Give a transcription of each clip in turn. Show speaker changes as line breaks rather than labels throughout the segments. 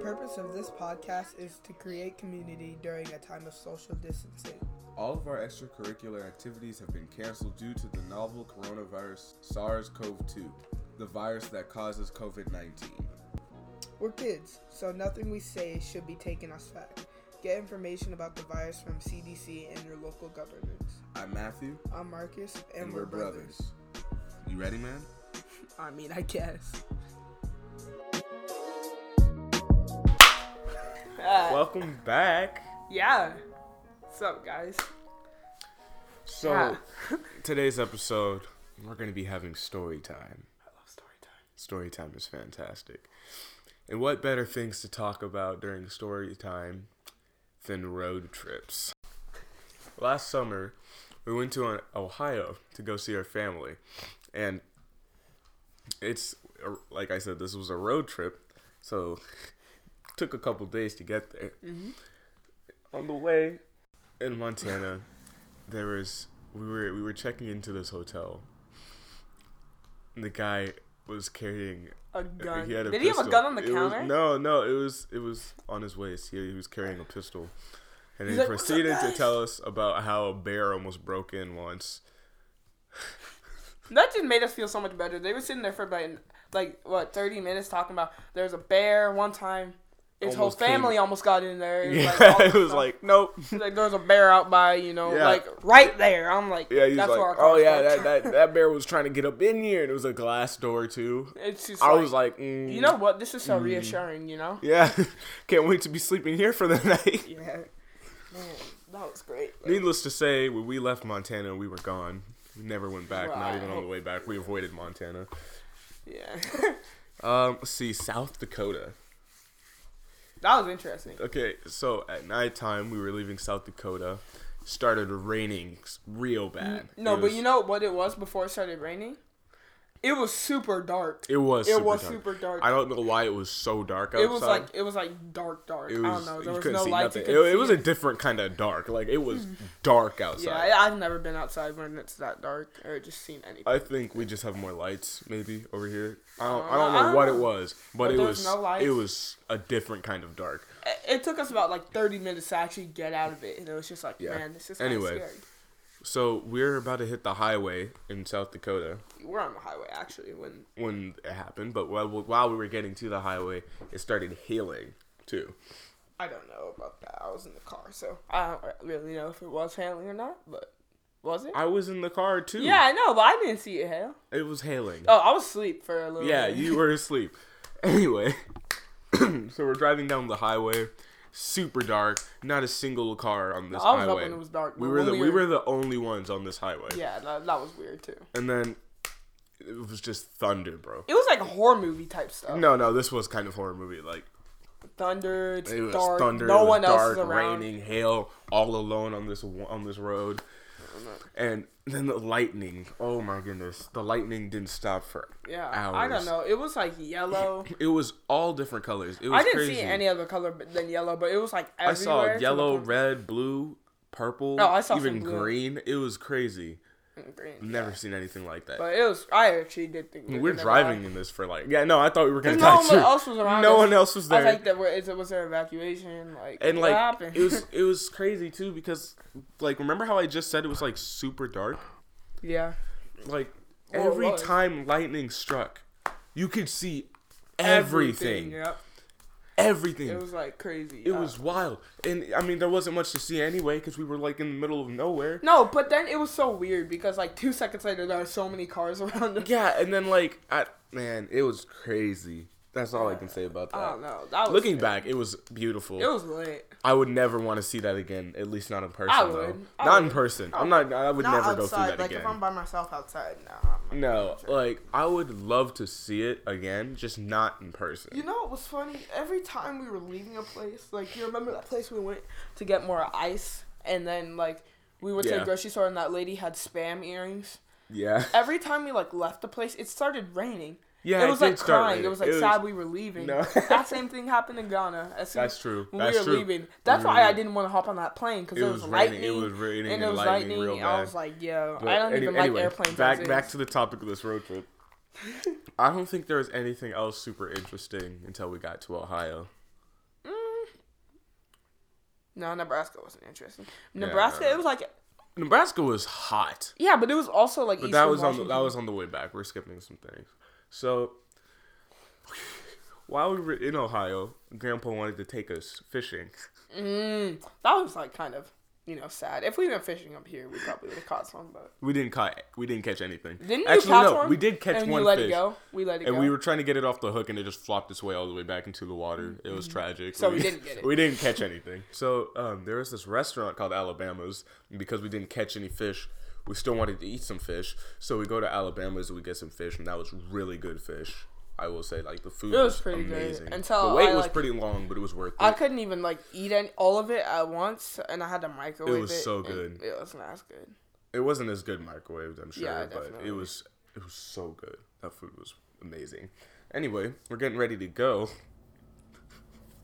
purpose of this podcast is to create community during a time of social distancing.
All of our extracurricular activities have been canceled due to the novel coronavirus SARS CoV 2, the virus that causes COVID 19.
We're kids, so nothing we say should be taken as fact. Get information about the virus from CDC and your local governments.
I'm Matthew,
I'm Marcus, and,
and, we're, brothers. You ready, man?
I mean, I guess.
Welcome back.
yeah. What's up, guys?
So,
Yeah.
today's episode, we're going to be having story time.
I love story time.
Story time is fantastic. And what better things to talk about during story time than road trips? Last summer, we went to uh, Ohio to go see our family. And it's uh, like I said, this was a road trip. So, took a couple days to get there.
Mm-hmm.
On the way in Montana, there was we were we were checking into this hotel. And the guy was carrying uh,
A gun.
he had a
Did he have a
pistol.
gun on the
It was-
counter?
no, no, it was it was on his waist. He, he was carrying a pistol, and
He's
he
like, "What's up,
proceeded to
guys?"
tell us about how a bear almost broke in once.
That just made us feel so much better. They were sitting there for about like what thirty minutes talking about there's a bear one time. His
Almost
whole
came-
family almost got in there. It was
Yeah,
like, all
it
this
was
stuff.
like nope.
like there was a bear out by you know
Yeah.
like right there. I'm like
Yeah, he's
that's where
like,
our
oh yeah,
car
that,
started."
that that bear was trying to get up in here, and it was a glass door too.
It's just
I
like,
was Mm. like, mm,
you know what? This is so reassuring. You know.
yeah, can't wait to be sleeping here for the night.
Yeah. Man, that was great.
Needless to say, when we left Montana, we were gone. We never went back, not even on
Right.
the way back. We avoided Montana.
Yeah.
Um, let's see, South Dakota.
that was interesting.
Okay, so at nighttime we were leaving South Dakota. Started raining s- real bad.
No,
It
but
was-
you know what it was before it started raining? It was super dark.
it was
it
super
was
dark.
super dark.
I don't know why it was so dark outside.
It was like it was like dark, dark.
it
I
was
don't know. There
you
was
couldn't
no
see
lights. you
nothing. It,
couldn't
it
see
was a different kind of dark. Like it was dark
Yeah,
outside.
I, I've never been outside when it's that dark or just seen anything.
I think we just have more lights maybe over here. I don't, I
Uh,
don't
I
know
don't
what
know.
it was, but,
But
it
there's
was
no lights.
it was a different kind of dark.
It, it took us about like 30 minutes to actually get out of it, and it was just like,
Yeah.
man, this is kind
Anyway.
scary.
So we're about to hit the highway in South Dakota.
We're on the highway actually when
when it happened, but while, while we were getting to the highway, it started hailing too.
I don't know about that. I was in the car, so I don't really know if it was hailing or not, but was it?
I was in the car too.
yeah, I know, but I didn't see it hail.
It was hailing.
Oh, I was asleep for a little.
Yeah,
bit.
you were asleep. Anyway, so we're driving down the highway, super dark, not a single car on this
I was up
highway.
when it was dark.
we
but
were
when
the we were the only ones on this highway.
Yeah, that, that was weird too.
And then it was just thunder, bro.
It was like horror movie type stuff.
No, no, this was kind of horror movie like
Thunder, it's
It was
dark,
thunder.
no
it was
one
dark,
else is around.
Raining, hail, all alone on this wa- on this road, and then the lightning. Oh my goodness, the lightning didn't stop for
Yeah,
hours.
I don't know. It was like yellow.
It was all different colors. It was
I didn't
crazy.
see any other color b- than yellow, but it was like
I
everywhere. to
saw
the
yellow,
point-
red, blue, purple.
Oh, I saw some
even
blue.
green. It was crazy.
green.
Never seen anything like that.
But it was. I actually did think we
we
were
we're
gonna
driving
die.
in this for like yeah. No, I thought we were gonna
'Cause No
die
one
too.
else was around.
No
us.
one else was
I
there.
was like, that, was, was there evacuation? Like,
and
what
like
happened?
it was it was crazy too because like remember how I just said it was like super dark
yeah.
like
Well, it
every
was.
time lightning struck you could see everything everything,
Yep. It was like crazy.
It
uh,
was wild and I mean there wasn't much to see anyway because we were like in the middle of nowhere
No, but then it was so weird because like two seconds later there are so many cars around us.
yeah and then like I man it was crazy that's all I can say about
I
that
don't know. That was
looking back it was beautiful
It was lit.
I would never want to see that again at least not in person
I
though
would. I
not in
would.
person I'm not I would never go through that again
by myself outside, no.
No, like I would love to see it again, just not in person.
You know what was funny? Every time we were leaving a place, like you remember that place we went to get more ice, and then like we went to
Yeah.
the grocery store and that lady had spam earrings.
yeah.
Every time we like left the place, it started raining.
Yeah,
it was
did
like
start
crying.
raining.
It was like sad we were leaving.
No.
that same thing happened in Ghana. As soon
That's true.
When
That's
we were
true.
leaving, that's
were
why I
leaving.
didn't want to hop on that plane because
It
it,
was
was lightning.
raining- it was raining
and it was
and lightning
lightning.
real
I
bad.
was like, yo,
But
I don't
any-
even like airplanes.
Back
as
back
is.
to the topic of this road trip. I don't think there was anything else super interesting until we got to Ohio.
Mm. No, Nebraska wasn't interesting. Nebraska, it was like
Nebraska was hot,
yeah, but it was also like.
but
Eastern
that was on
Washington.
the, that was on the way back. We're skipping some things. So while we were in Ohio, Grandpa wanted to take us fishing.
Mm, that was like kind of you know sad. If we went fishing up here, we probably would have caught some. But
We didn't catch we didn't catch anything.
didn't
Actually,
we catch
no,
one?
we did catch
and
one
We let
fish.
it go. We let it
And
go.
we were trying to get it off the hook, and it just flopped its way all the way back into the water. It was tragic.
Mm-hmm. So we didn't get it.
We didn't catch anything. So um, there was this restaurant called Alabama's, and because we didn't catch any fish, we still wanted to eat some fish. So we go to Alabama's, we get some fish, and that was really good fish. I will say, like the food
It
was,
was pretty good,
amazing.
until
the wait
I,
was
like-
pretty long, but it was worth it.
I couldn't even like eat any, all of it at once, and I had to microwave it.
was so
and
good.
It was not as good.
it wasn't as good microwaved, I'm sure,
Yeah,
but
definitely.
it was it was so good. That food was amazing. Anyway, we're getting ready to go.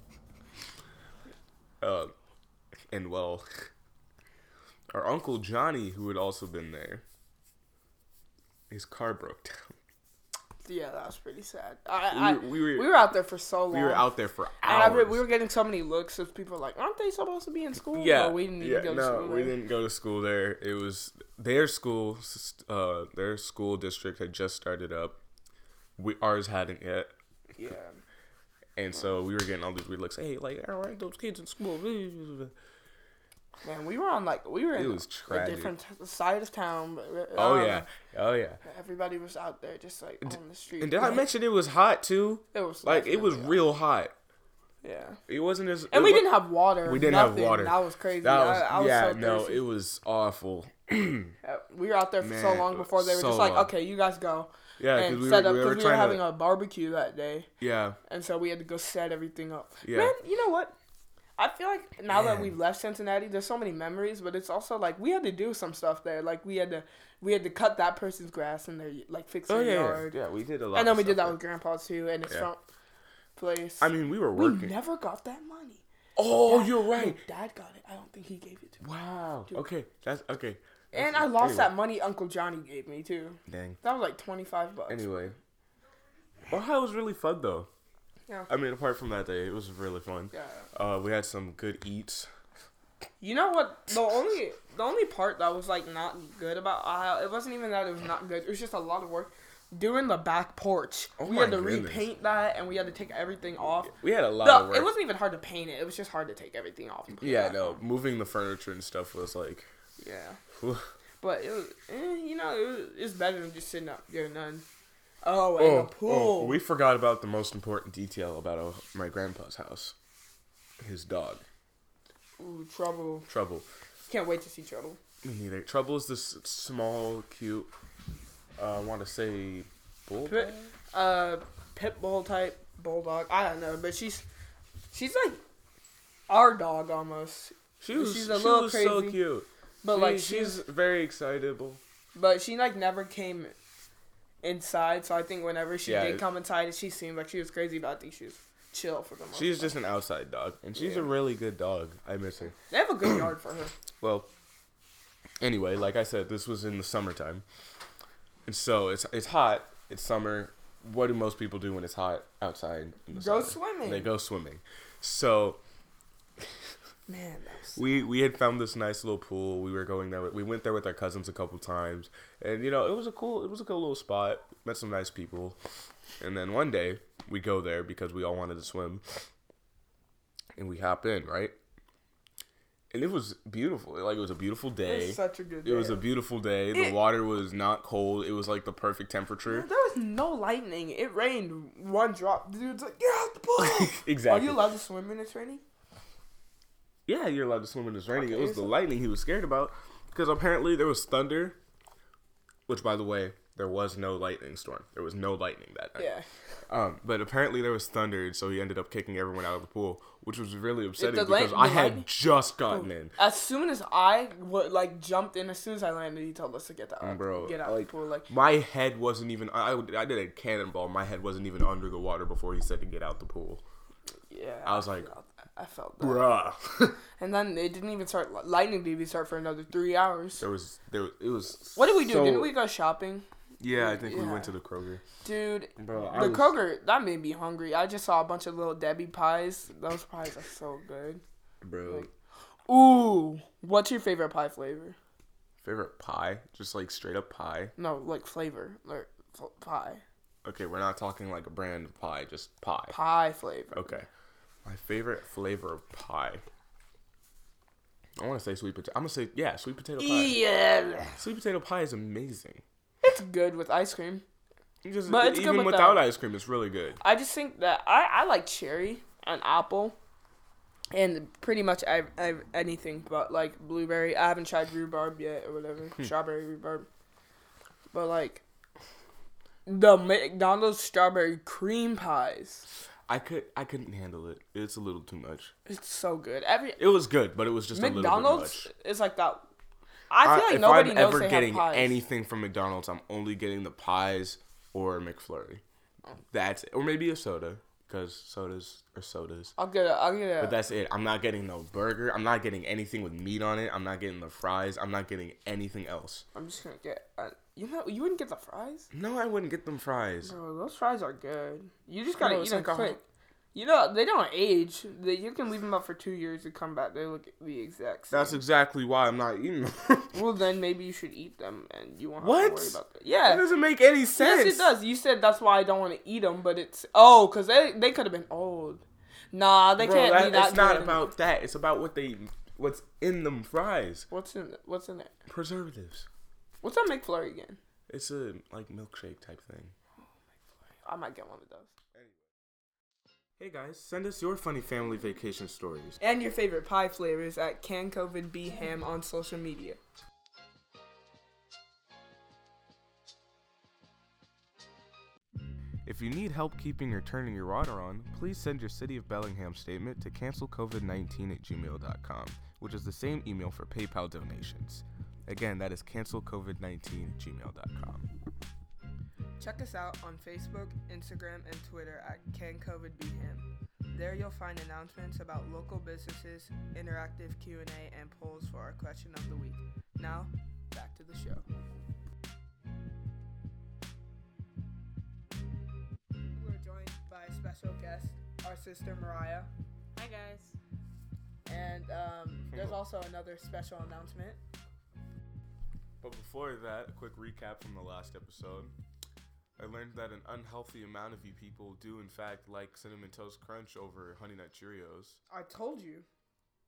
uh, and well, our uncle Johnny, who had also been there, his car broke down.
Yeah, that was pretty sad. I,
We-
I,
we were-
we were out there for so long.
We were out there for
And I
hours.
re- we were getting so many looks of people like, aren't they supposed to be in school?
yeah,
Or we didn't even
yeah,
go to
no,
school.
we
there.
didn't go to school there. It was their school, s- uh, their school district had just started up. We ours hadn't yet.
Yeah.
And so we were getting all these weird looks. Hey, like, all right, those kids in school. Oh
Man, we were on like we were in
was tragic.
a different t- side of town. But we- I don't
yeah, oh yeah.
know. everybody was out there just like on the street.
And did I mention it was hot too?
it was
Like it was
definitely-
real hot.
yeah.
It wasn't as
And we
it wa-
didn't have water.
we didn't have
nothing.
water.
That was crazy.
That was,
I, I was
yeah,
so
no,
thirsty.
it was awful.
Uh, we were out there for so
Man,
long before they were
so
just like,
long.
okay, you guys go.
Yeah, because
and
we,
set
were-
up
we
because
were
we were
trying
having
to.
a barbecue that day,
Yeah,
and so we had to go set everything up.
Yeah.
Man, you know what? I feel like now that
Man.
we've left Cincinnati, there's so many memories, but it's also like we had to do some stuff there. Like we had to we had to cut that person's grass and their like fix their
oh yeah, yeah,
yard,
yeah. We did a lot.
and then
of
we did
stuff
that with Grandpa too and his
Yeah.
front place.
like- I mean, we were
we
working.
never got that money.
oh,
Dad-
you're
no,
right.
Dad got it. I don't think he gave it to me.
Wow. Okay, that's okay.
And I lost
Anyway.
that money Uncle Johnny gave me too.
Dang.
That was like twenty five bucks.
Anyway, Ohio was really fun though.
Yeah.
I mean, apart from that day, it was really fun.
Yeah.
Uh, we had some good eats.
You know what? The only the only part that was like not good about Ohio, it wasn't even that it was not good. It was just a lot of work. Doing the back porch,
Oh
we
my
had to
goodness.
repaint that, and we had to take everything off.
We had a lot of
No,
work.
it wasn't even hard to paint it. It was just hard to take everything off. and put it
yeah,
back
no,
on.
moving the furniture and stuff was like,
Yeah,
whew.
but it was, eh, you know, it was, it's better than just sitting up doing none. Oh, and the pool.
oh, we forgot about the most important detail about uh, my grandpa's house, his dog
Ooh, trouble.
Trouble.
Can't wait to see trouble.
Me neither. Trouble is this small, cute. Uh, I want to say bull.
Pit, uh, pit bull type bulldog. I don't know, but she's she's like our dog almost.
She was.
she's a
she
little
was so
crazy.
cute.
But
She-
like
she's
she's
very excitable.
but she like never came inside. So I think whenever she
Yeah.
did come inside, she seemed like she was crazy. But I think she was chill for the most.
She's
part.
just an outside dog, and she's
Yeah.
a really good dog. I miss her.
they have a good yard for her.
Well, anyway, like I said, this was in the summertime, and so it's it's hot. It's summer. What do most people do when it's hot outside? in the
Go
summer?
swimming.
They go swimming. So
Man, that's
we we had found this nice little pool. We were going there. with- We went there with our cousins a couple times, and you know it was a cool it was a cool little spot. Met some nice people, and then one day we go there because we all wanted to swim, and we hop in right. And it was beautiful. Like it was a beautiful day.
it's such a good.
It was
day.
a beautiful day. The
It-
water was not cold. It was like the perfect temperature.
There was no lightning. It rained one drop. The dude's like, get out the pool. Are
exactly.
you allowed to swim when it's raining?
yeah, you're allowed to swim when it's raining. It
Okay,
was the
so-
lightning he was scared about because apparently there was thunder, which by the way, there was no lightning storm. There was no lightning that night.
Yeah.
Um, but apparently there was thunder, and so he ended up kicking everyone out of the pool, which was really upsetting
the light-
because I
the
had
lightning- Oh.
just gotten in.
As soon as I would like jumped in, as soon as I landed, he told us to get the
Bro,
get out
like-
the pool. Like
My head wasn't even. I, I did a cannonball. My head wasn't even under the water before he said to get out the pool.
yeah,
I was like,
felt that. I felt that.
Bruh.
And then it didn't even start. Lightning didn't even start for another three hours.
There was there was- it was.
What did we do?
so-
Didn't we go shopping,
Yeah, I think we
Yeah.
went to the Kroger.
dude?
Bro,
the Kroger that made me hungry. I just saw a bunch of little Debbie pies. Those pies are so good.
bro.
like- Ooh, what's your favorite pie flavor?
Favorite pie? Just like straight up pie.
No, like flavor or f- pie.
Okay, we're not talking like a brand of pie, just pie.
Pie flavor.
Okay. My favorite flavor of pie. I want to say sweet potato. I'm gonna say yeah, sweet potato pie.
Yeah,
Sweet potato pie is amazing.
it's good with ice cream.
You Just,
But it's good
even
with
without
that.
ice cream, it's really good.
I just think that I, I like cherry and apple, and pretty much I, I anything but like blueberry. I haven't tried rhubarb yet or whatever
Hmm.
strawberry rhubarb, but like the McDonald's strawberry cream pies.
I could I couldn't handle it. It's a little too much.
It's so good. Every
It was good, but it was just
McDonald's
a little bit much.
is like that. I feel like
if
nobody
I'm
knows
ever
they
getting
have pies.
anything from McDonald's, I'm only getting the pies or McFlurry. That's or maybe a soda because sodas are sodas.
I'll get a. I'll get a.
But that's it. I'm not getting no burger. I'm not getting anything with meat on it. I'm not getting the fries. I'm not getting anything else.
I'm just gonna get. A, you know, you wouldn't get the fries.
No, I wouldn't get them fries.
Bro, those fries are good. You just gotta
No,
eat
it's
them
like a-
quick. You know they don't age. They, you can leave them up for two years and come back. They look the exact same.
That's exactly why I'm not eating them.
well, then maybe you should eat them, and you won't have
What?
to worry about that.
that
Yeah.
doesn't make any sense.
Yes, it does. You said that's why I don't want to eat them, but it's oh, cause they they could have been old. Nah, they
Bro,
can't
that-
be that.
it's not
good.
about that. It's about what they, what's in them fries.
what's in what's in there.
Preservatives.
What's that McFlurry again?
It's a like milkshake type thing.
I might get one of those.
Hey guys, send us your funny family vacation stories.
And your favorite pie flavors at Can COVID Be Ham on social media.
If you need help keeping or turning your water on, please send your City of Bellingham statement to cancelcovid19 at gmail.com, which is the same email for PayPal donations. Again, that is cancelcovid19 at gmail.com.
Check us out on Facebook, Instagram, and Twitter at Can COVID Be Him. There you'll find announcements about local businesses, interactive Q&A, and polls for our question of the week. Now, back to the show. We're joined by a special guest, our sister Mariah,
Hi guys.
and um, there's also another special announcement.
But before that, a quick recap from the last episode. I learned that an unhealthy amount of you people do, in fact, like Cinnamon Toast Crunch over Honey Nut Cheerios.
I told you.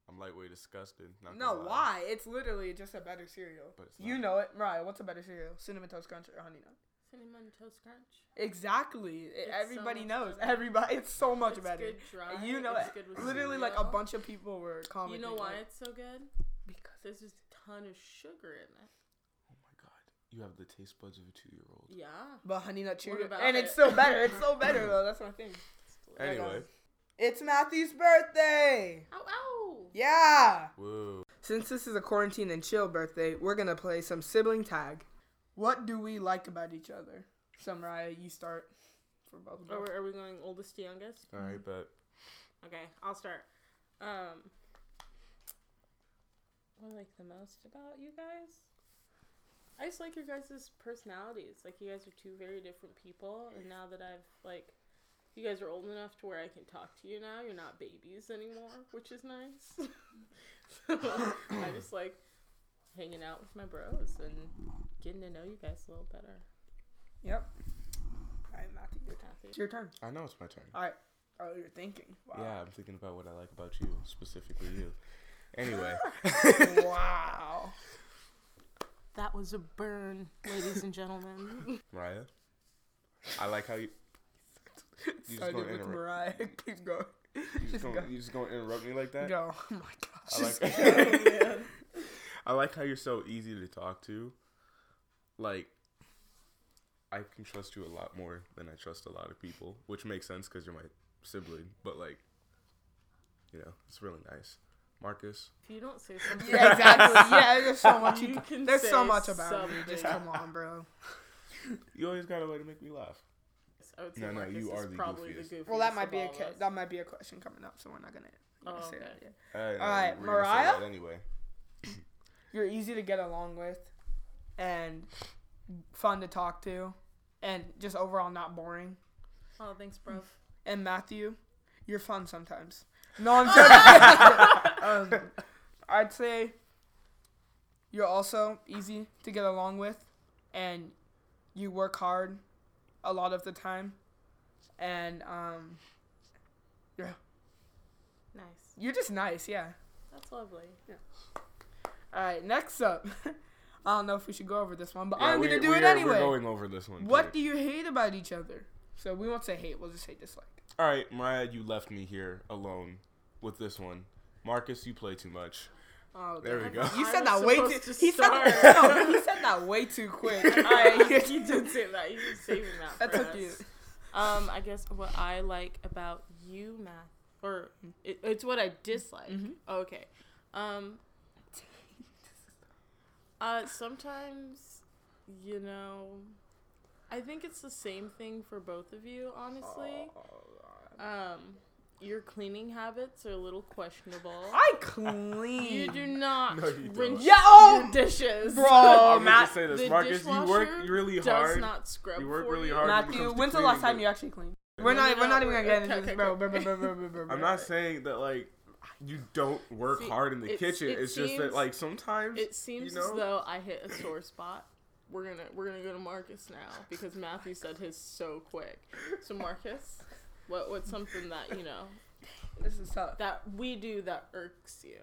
I'm lightweight disgusted. not
No,
gonna lie.
why? It's literally just a better cereal.
But it's
You
not.
know it, Mariah. What's a better cereal? Cinnamon Toast Crunch or Honey Nut?
Cinnamon Toast Crunch.
Exactly. It-
It's so
Everybody
much
knows.
better.
Everybody, it's so much
It's
better.
good dry,
You know
it's
it.
good with
Literally, like a
cereal.
bunch of people were
You
commenting.
know why
like,
it's so good?
Because
There's just a ton of sugar in it.
Oh my god. You have the taste buds of a two year old.
Yeah.
but Honey Nut Cheerios,
about
and it's
it?
still better. It's so better though. That's my thing.
Anyway.
It's Matthew's birthday.
Ow ow.
Yeah.
Whoa.
Since this is a quarantine and chill birthday, we're gonna play some sibling tag. What do we like about each other? So Mariah, you start for both of
Are,
us.
we- are we going oldest to youngest?
Alright, but
Okay, I'll start. Um what I like the most about you guys? I just like your guys' personalities. Like you guys are two very different people and now that I've like you guys are old enough to where I can talk to you now, you're not babies anymore, which is nice. so I just like hanging out with my bros and getting to know you guys a little better.
Yep. All right, Matthew, your turn. It's
Happy.
your turn.
I know it's my turn.
All right. Oh, you're thinking.
Yeah, I'm thinking about what I like about you, specifically you. Anyway.
Yeah. wow.
That was a burn, ladies and gentlemen.
Mariah. I like how you You just
Started
gonna
with
interrupt
Mariah. Keep going.
you just,
Just
gonna,
go.
you just gonna interrupt me like that?
Go. Oh my gosh.
I like I like how you're so easy to talk to. Like I can trust you a lot more than I trust a lot of people, which makes sense because you're my sibling. But like, you know, it's really nice. Marcus,
if you don't say something,
yeah, exactly. Yeah, there's so much. You,
You
can
can
there's so
say
much about you. Just
something.
come on, bro.
you always got a way to make me laugh.
I would say
No, no,
Marcus
you
is
are the
probably
goofiest.
the goofiest.
Well, that might
of
be a
all of
ca-
us.
that might be a question coming up, so we're not gonna, we're gonna
Oh,
say
okay.
that yet.
All right,
Alright, Mariah?
anyway,
You're easy to get along with, and fun to talk to, and just overall not boring.
Oh, thanks, bro.
And Matthew, you're fun sometimes. No, I'm joking. um, I'd say you're also easy to get along with, and you work hard a lot of the time, and um,
Nice.
you're just nice. Yeah.
That's lovely. Yeah.
All right. Next up, I don't know if we should go over this one, but
Yeah,
I'm
we-
gonna do
we
it
are-
anyway.
We're going over this one.
What do
too.
you hate about each other? So we won't say hate. We'll just say dislike.
All right, Mariah, you left me here alone with this one. Marcus, you play too much.
Oh,
There we
God.
go.
You
I
said
was
that way too.
supposed to
He said,
start.
no, he said that way too quick. All right,
you did say that. You were saving that.
That's
for
so
us.
cute.
Um, I guess what I like about you, Matt, or it, it's what I dislike.
Mhm.
Okay. Um. Uh, sometimes, you know, I think it's the same thing for both of you, honestly. Um, your cleaning habits are a little questionable.
I clean.
You do not
No, you don't.
rinse
Yeah, oh,
your dishes.
bro,
I'm gonna
Oh, Matt,
just say this,
the
Marcus. You work
dishwasher
really
does
hard.
not scrub
You work
for
really
you.
hard. when it
Matthew,
comes to
when's the last
cleaning,
time
but-
you actually cleaned?
No,
We're
no,
not.
no,
We're not even
we're-
gonna get into
okay,
this,
okay,
bro.
okay.
bro, bro, bro, bro, bro, bro, bro.
I'm not saying that like you don't work
See,
hard in the
it's-
kitchen.
it
it's just that
seems-
like sometimes
It seems
know?
as though I hit a sore spot. We're gonna we're gonna go to Marcus now because Matthew said his so quick. So Marcus, what what's something that you know
This is tough.
that we do that irks you?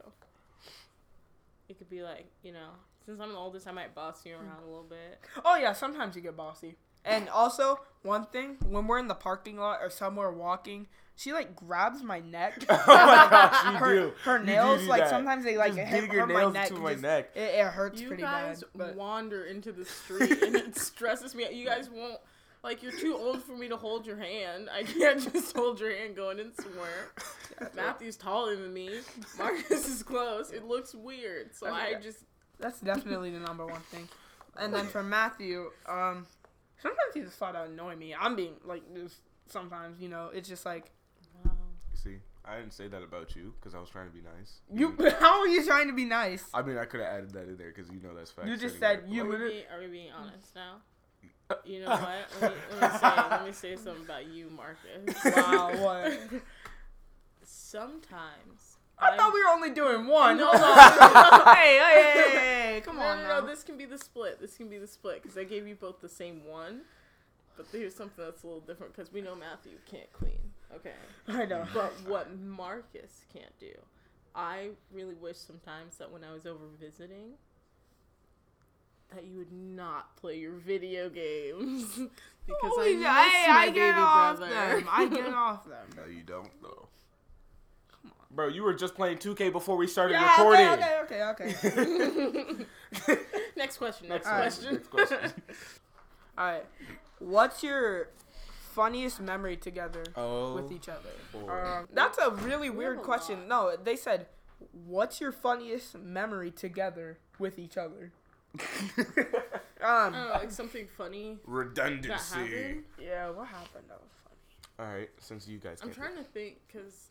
It could be like you know since I'm the oldest, I might boss you around a little bit.
Oh yeah, sometimes you get bossy. And also, one thing, when we're in the parking lot or somewhere walking, she like grabs my neck.
Oh gosh, you
her,
do.
her
You do
nails,
do
like
that.
sometimes they like
Just
hit
dig your
hurt my
nails
neck.
into
and
my
just-
neck.
It, it hurts
You
pretty
guys
bad. But
wander into the street and it stresses me out. You guys won't like you're too old for me to hold your hand. I can't just hold your hand going in somewhere. Matthew's taller than me. Marcus is close. It looks weird. So I
Okay.
just
That's definitely the number one thing. And then for Matthew, um, sometimes he just flat out annoy me. I'm being like, just sometimes you know, it's just like
See, I didn't say that about you because I was trying to be nice.
you. How are you trying to be nice?
I mean, I could have added that in there because you know that's fact.
You just
anyway.
said you
are,
Like,
we
literally.
being, are we being honest now?
Uh,
You know what? Let me, let me say let me say something about you, Marcus.
Wow, what?
Sometimes
I thought we were only doing one.
No,
Hold
no,
on. hey, hey, hey, hey, hey, come
No,
on
no, no,
now.
This can be the split. This can be the split because I gave you both the same one, but here's something that's a little different because we know Matthew can't clean. Okay,
I know.
but what Marcus can't do, I really wish sometimes that when I was over visiting, that you would not play your video games because
Oh,
I miss
yeah, hey,
my
I
baby
get off
brother.
them. I get off them.
No, you don't though. Bro, you were just playing 2K before we started
Yeah,
recording.
okay, okay, okay, okay.
next question. Next
Alright.
question.
Next question.
All right. What's your funniest memory together
oh,
with each other?
boy.
Um, that's a really
We
weird
have a
question. No, they said, "What's your funniest memory together with each other?"
I
Um,
don't know, like something funny that
redundancy.
happened.
yeah, what happened? That was funny.
All right, since you guys,
I'm
can't
trying to think because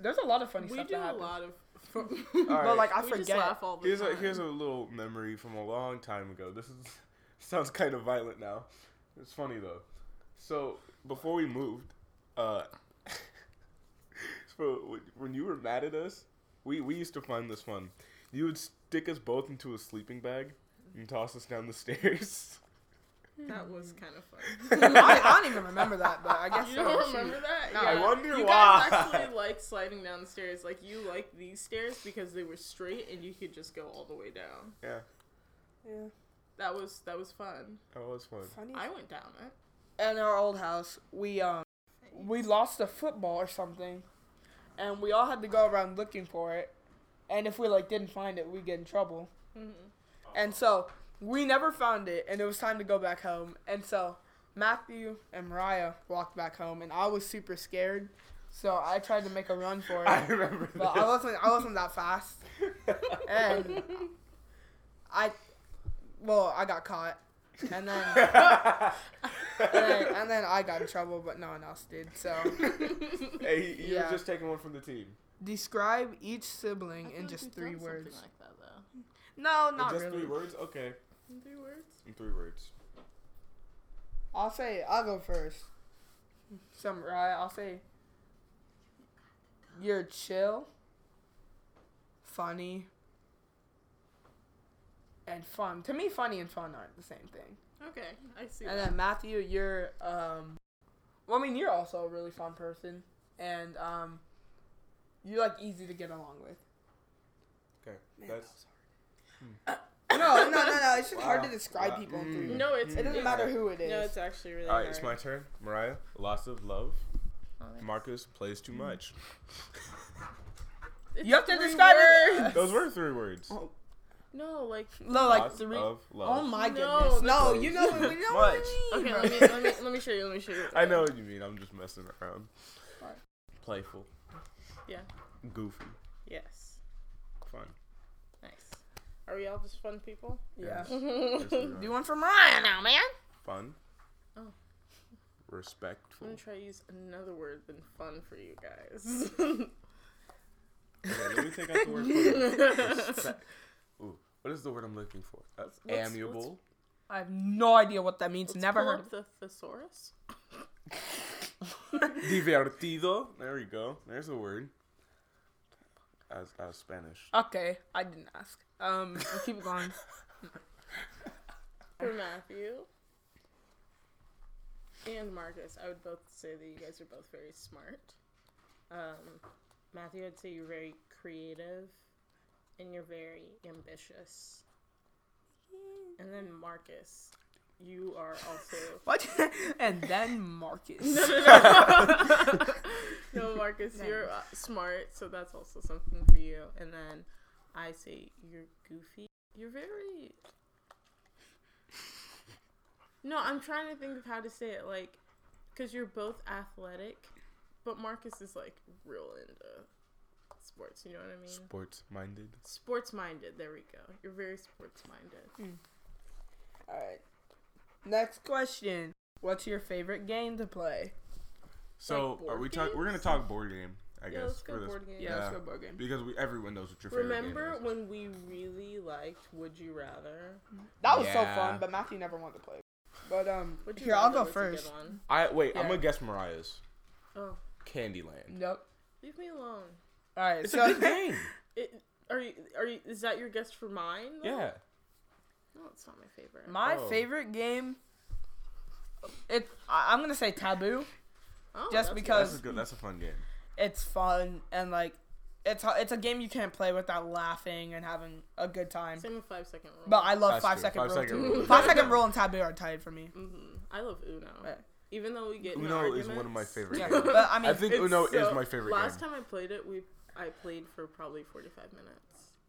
There's a lot of funny
we
stuff
do
that
a
happened.
lot of.
All
But
right.
like I
we just
forget.
laugh all the
Here's
time.
a here's a little memory from a long time ago. This is sounds kind of violent now. It's funny though. So before we moved, uh, so when- when you were mad at us, we we used to find this fun. You would stick us both into a sleeping bag and toss us down the stairs.
That was kind of fun.
I, I don't even remember that, but I guess
Mm-hmm. You
so.
don't
Shoot.
remember that?
No.
I wonder
you
why.
guys actually like sliding down the stairs. Like you like these stairs because they were straight and you could just go all the way down.
Yeah,
Yeah.
That was that was fun.
that was fun.
Funny.
I went down it.
In our old house, we um, we lost a football or something, and we all had to go around looking for it, and if we like didn't find it, we get in trouble. And so we never found it, and it was time to go back home. And so Matthew and Mariah walked back home, and I was super scared, so I tried to make a run for
I
it,
remember
but I wasn't. I wasn't that fast,
this.
and I, well, I got caught, and then and then, and then I got in trouble, but no one else did. So
hey, you
Yeah.
were just taking one from the team.
describe each
I
sibling
feel
in
like
just
we've
three
done
words.
Something like that though.
No,
In
not
just
really.
three words. Okay,
In three words.
in three words.
I'll say I'll go first. Some right. I'll say you're chill, funny and fun. To me, funny and fun aren't the same thing.
Okay, I see.
And
that.
then Matthew, you're um, well, I mean, you're also a really fun person, and um, you're like easy to get along with.
Okay, that's
No, no, no, no. It's just hard to
Wow.
describe
Wow.
people. through.
no, it's
It doesn't matter who it is.
No, it's actually really.
All right, it's my
hard.
turn. Mariah, lots of love.
Oh,
Marcus plays too much.
It's
you have to
three
describe
words.
it.
Those were three words.
Oh,
No, like
No, like
Lots
three.
of
Oh
love.
my
No,
goodness! No,
that's-
you know what we know what I mean.
okay.
bro.
Let me let me let me show you. Let me show you.
I know what you mean. I'm just messing around.
What?
Playful.
Yeah.
Goofy.
Yes.
Fun.
Nice. Are we all just fun people?
Yeah.
Yes. Yes, we
I'm
are.
Do one for Mariah now, man.
Fun.
Oh.
Respectful.
gonna try to use another word than fun for you guys.
Okay, let me take out the word fun. Respect. Ooh, what is the word I'm looking for? Uh,
what's-
amiable.
I have no idea what that means.
Let's
Never
pull
heard.
up the thesaurus.
Divertido. There we go. There's a word. As, as Spanish.
Oh.
of Okay, I didn't ask. Um, I'll keep going.
For Matthew and Marcus, I would both say that you guys are both very smart. Um, Matthew, I'd say you're very creative and you're very ambitious. And then Marcus, you are also.
What? and then Marcus.
No, Marcus,
Nice.
you're uh, smart, so that's also something for you. And then I say you're goofy. You're very. No, I'm trying to think of how to say it, like, because you're both athletic, but Marcus is like real into sports. You know what I mean?
Sports minded.
Sports minded. There we go. You're very sports minded.
All right. Next question. What's your favorite game to play?
So
board
are we talking? We're gonna
games?
talk board game. I
Yeah,
guess
let's
for
go
this.
board game.
Yeah, let's
Yeah.
go board game.
because we, everyone knows what your favorite
Remember
game is.
when we really liked Would You Rather?
That was so
Yeah.
fun, but Matthew never wanted to play. But um,
Would you
here I'll
Rather
go
was a good
first.
one.
I wait. I'm
Yeah.
gonna guess Mariah's
Oh,
Candyland.
Nope.
leave me alone.
All right.
It's
so
a good game.
It, are you? Are you? Is that your guess for mine? though?
yeah.
No, it's not my favorite.
my
Oh.
favorite game. It. I, I'm gonna say taboo.
Oh,
just
that's
because-
That's a good. That's a fun game.
It's fun and like, it's it's a game you can't play without laughing and having a good time.
good. Same with five second rule.
But I love
That's
five
true.
second
Five
rule.
second
too.
rule.
Five second rule and taboo are tied for me.
Mhm. I love Uno.
Right.
Even though we get into
Uno is one of my
arguments,
favorite
Yeah,
games.
but I mean,
I think
it's
Uno is
so-
my favorite
Last
game.
time I played it, we I played for probably forty five minutes.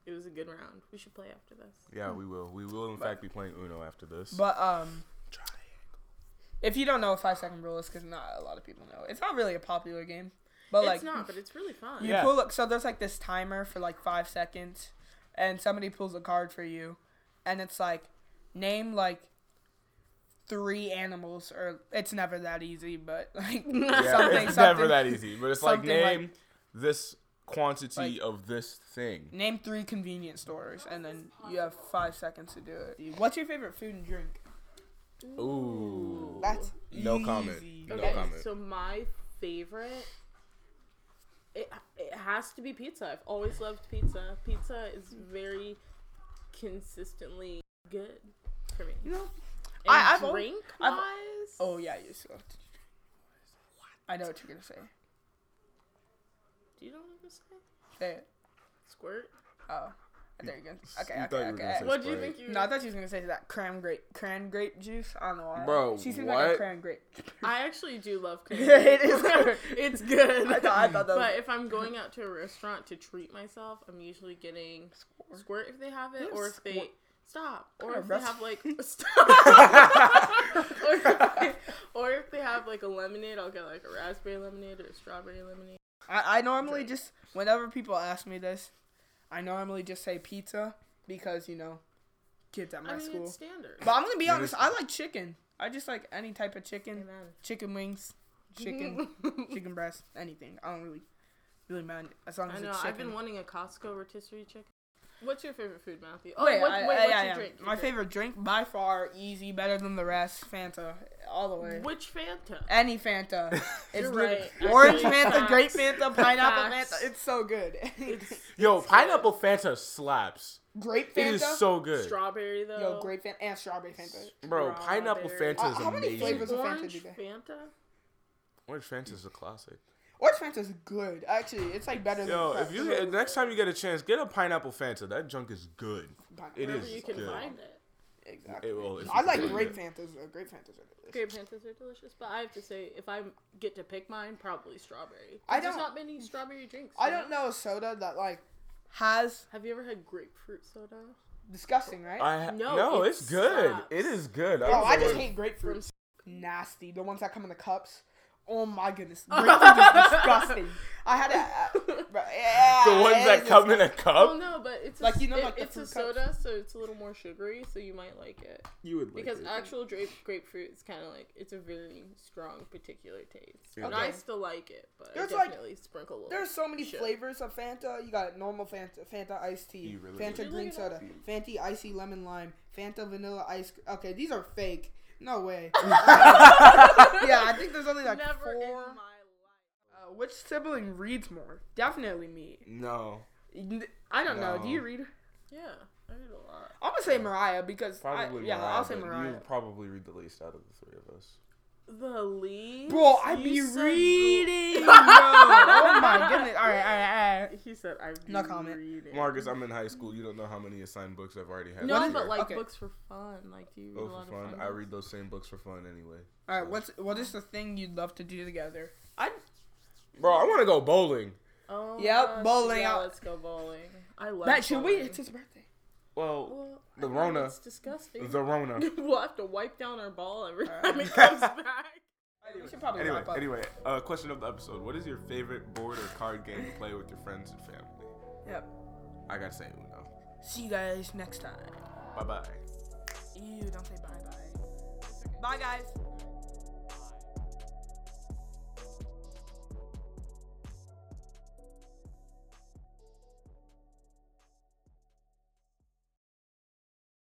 It was a good round. We should play after this.
Yeah, we will. We will in
But-
fact be playing Uno after this.
but um.
Try it.
If you don't know what five second rule is, because not a lot of people know, it's not really a popular game. But like,
it's not, but it's really fun.
you
Yeah.
pull up. So there's like this timer for like five seconds, and somebody pulls a card for you, and it's like, name like three animals, or it's never that easy, but like
Yeah,
something, something.
it's never that easy. But it's like
something like-
name this quantity
Like-
of this thing.
Name three convenience stores, and then you have five seconds to do it. What's your favorite food and drink?
Ooh.
That's
No comment.
easy.
No
Okay,
comment.
so my favorite. It, it has to be pizza. I've always loved pizza. Pizza is very consistently good for me.
You know,
And
I- I've al-
drink
I've-
wise,
Oh yeah, you still have to. I know what you're gonna say.
do you know what I'm gonna say?
Say it.
Squirt.
Oh, there you go. Okay,
you thought you
okay,
were
okay.
gonna say-
What do you
Sprite.
think you?
No, I thought she was gonna say that cran grape, cran grape juice. I don't know why.
Bro,
she seems like a
what?
cran grape.
I actually do love cooking.
It is-
it's good.
I thought, I thought that
But
was
if I'm going out to a restaurant to treat myself, I'm usually getting squirt if they have
They
it,
have
or if they
squirt.
stop, or
Kinda
if they
rest-
have like stop, or, if they, or if they have like a lemonade, I'll get like a raspberry lemonade or a strawberry lemonade.
I, I normally just whenever people ask me this, I normally just say pizza because you know, kids at my
I mean,
school.
it's standard.
But I'm gonna be
You
honest.
just-
I like chicken. I just like any type of chicken,
Amen.
chicken wings, chicken, chicken breast, anything. I don't really, really mind as long as
I know.
it's chicken.
I've been wanting a Costco rotisserie chicken. What's your favorite food, Matthew? Oh,
wait,
what,
I- I-
wait, what's
I
your
am.
drink? Your
My
drink.
favorite drink by far, easy, better than the rest, Fanta. all the way.
Which Fanta?
Any Fanta. It's
You're
lit-
right. I
Orange
believe
Fanta,
facts.
grape Fanta, pineapple
Facts.
Fanta. It's so good.
It's
Yo, pineapple Fanta slaps.
grape
It
Fanta.
is so good,
strawberry though.
Yo, grape Fanta and strawberry Fanta.
bro. Pineapple
Strawberry.
Fanta is
Uh, how many
amazing.
flavors of- Fanta
Orange
do that.
Fanta.
Orange Fanta is a classic.
Orange Fanta's good. Actually, it's like better
Yo,
than
if you get, next time you get a chance, get a pineapple Fanta. That junk is good. it
Wherever
is
you can
good.
find it.
Exactly.
It will, if
I
you
like
can find
grape
it.
Fantas. Though. Grape Fantas are delicious.
Grape Panthers are delicious, but I have to say, if I get to pick mine, probably strawberry. 'Cause
I
There's
don't-
not many strawberry drinks.
I
you
don't know a soda that like has
Have you ever had grapefruit soda?
disgusting, right?
I no,
No,
no
it
it's good.
slaps.
It is good.
Yo, I
don't
just
know.
hate grapefruits. Nasty. The ones that come in the cups. Oh my goodness,
Oh.
grapefruit is disgusting. I had a bruh, yeah,
the ones
it
that
is
come in a
Oh
cup.
no, but it's
Like,
a,
you know,
it-
like the
it's a
fruit cups?
soda, so it's a little more sugary, so you might like it
You would
because actual grape grapefruit is kind of like it's a very strong particular taste, and
Okay.
I still like disgusting. it, but
There's,
I
like-
definitely sprinkle a little.
There's so many
Shit.
flavors of Fanta. You got normal Fanta, Fanta iced tea,
You really
Fanta
would.
green
Really
soda, Fanta icy lemon lime, Fanta vanilla ice. Okay, these are fake. No way. yeah, I think there's only like
Never in
four.
my life.
Uh, which sibling reads more? Definitely me.
No,
I don't know.
No.
Do you read?
Yeah, I read a lot.
I'm gonna say Mariah because
probably.
I, yeah,
Mariah,
I'll say
but
Mariah.
You probably read the least out of the three of us.
The least.
Bro, I be
You said-
reading. bro. oh my goodness! All right, all right, all right.
He said I. Be
No comment.
Reading.
Marcus, I'm in high school. You don't know how many assigned books I've already had.
No,
this
but
year.
like
Okay.
books for fun. Like, do you read
Oh,
a lot
for fun.
of fun?
I
books?
read those same books for fun anyway.
All right. What's what is the thing you'd love to do together? I
Bro, I want to go bowling.
Oh, my
Yep,
gosh,
bowling
Yeah,
out.
let's go bowling. I love.
that should we?
bowling.
It's his birthday.
Well,
Well,
The
I mean,
Rona.
It's disgusting.
the Rona.
we'll have to wipe down our ball every
Alright.
time it comes back.
We should probably
Anyway,
wrap up.
anyway, uh, question of the episode: What is your favorite board or card game to play with your friends and family?
Yep.
I gotta say Uno.
See you guys next time.
Bye bye.
Ew, don't say bye bye. Bye guys.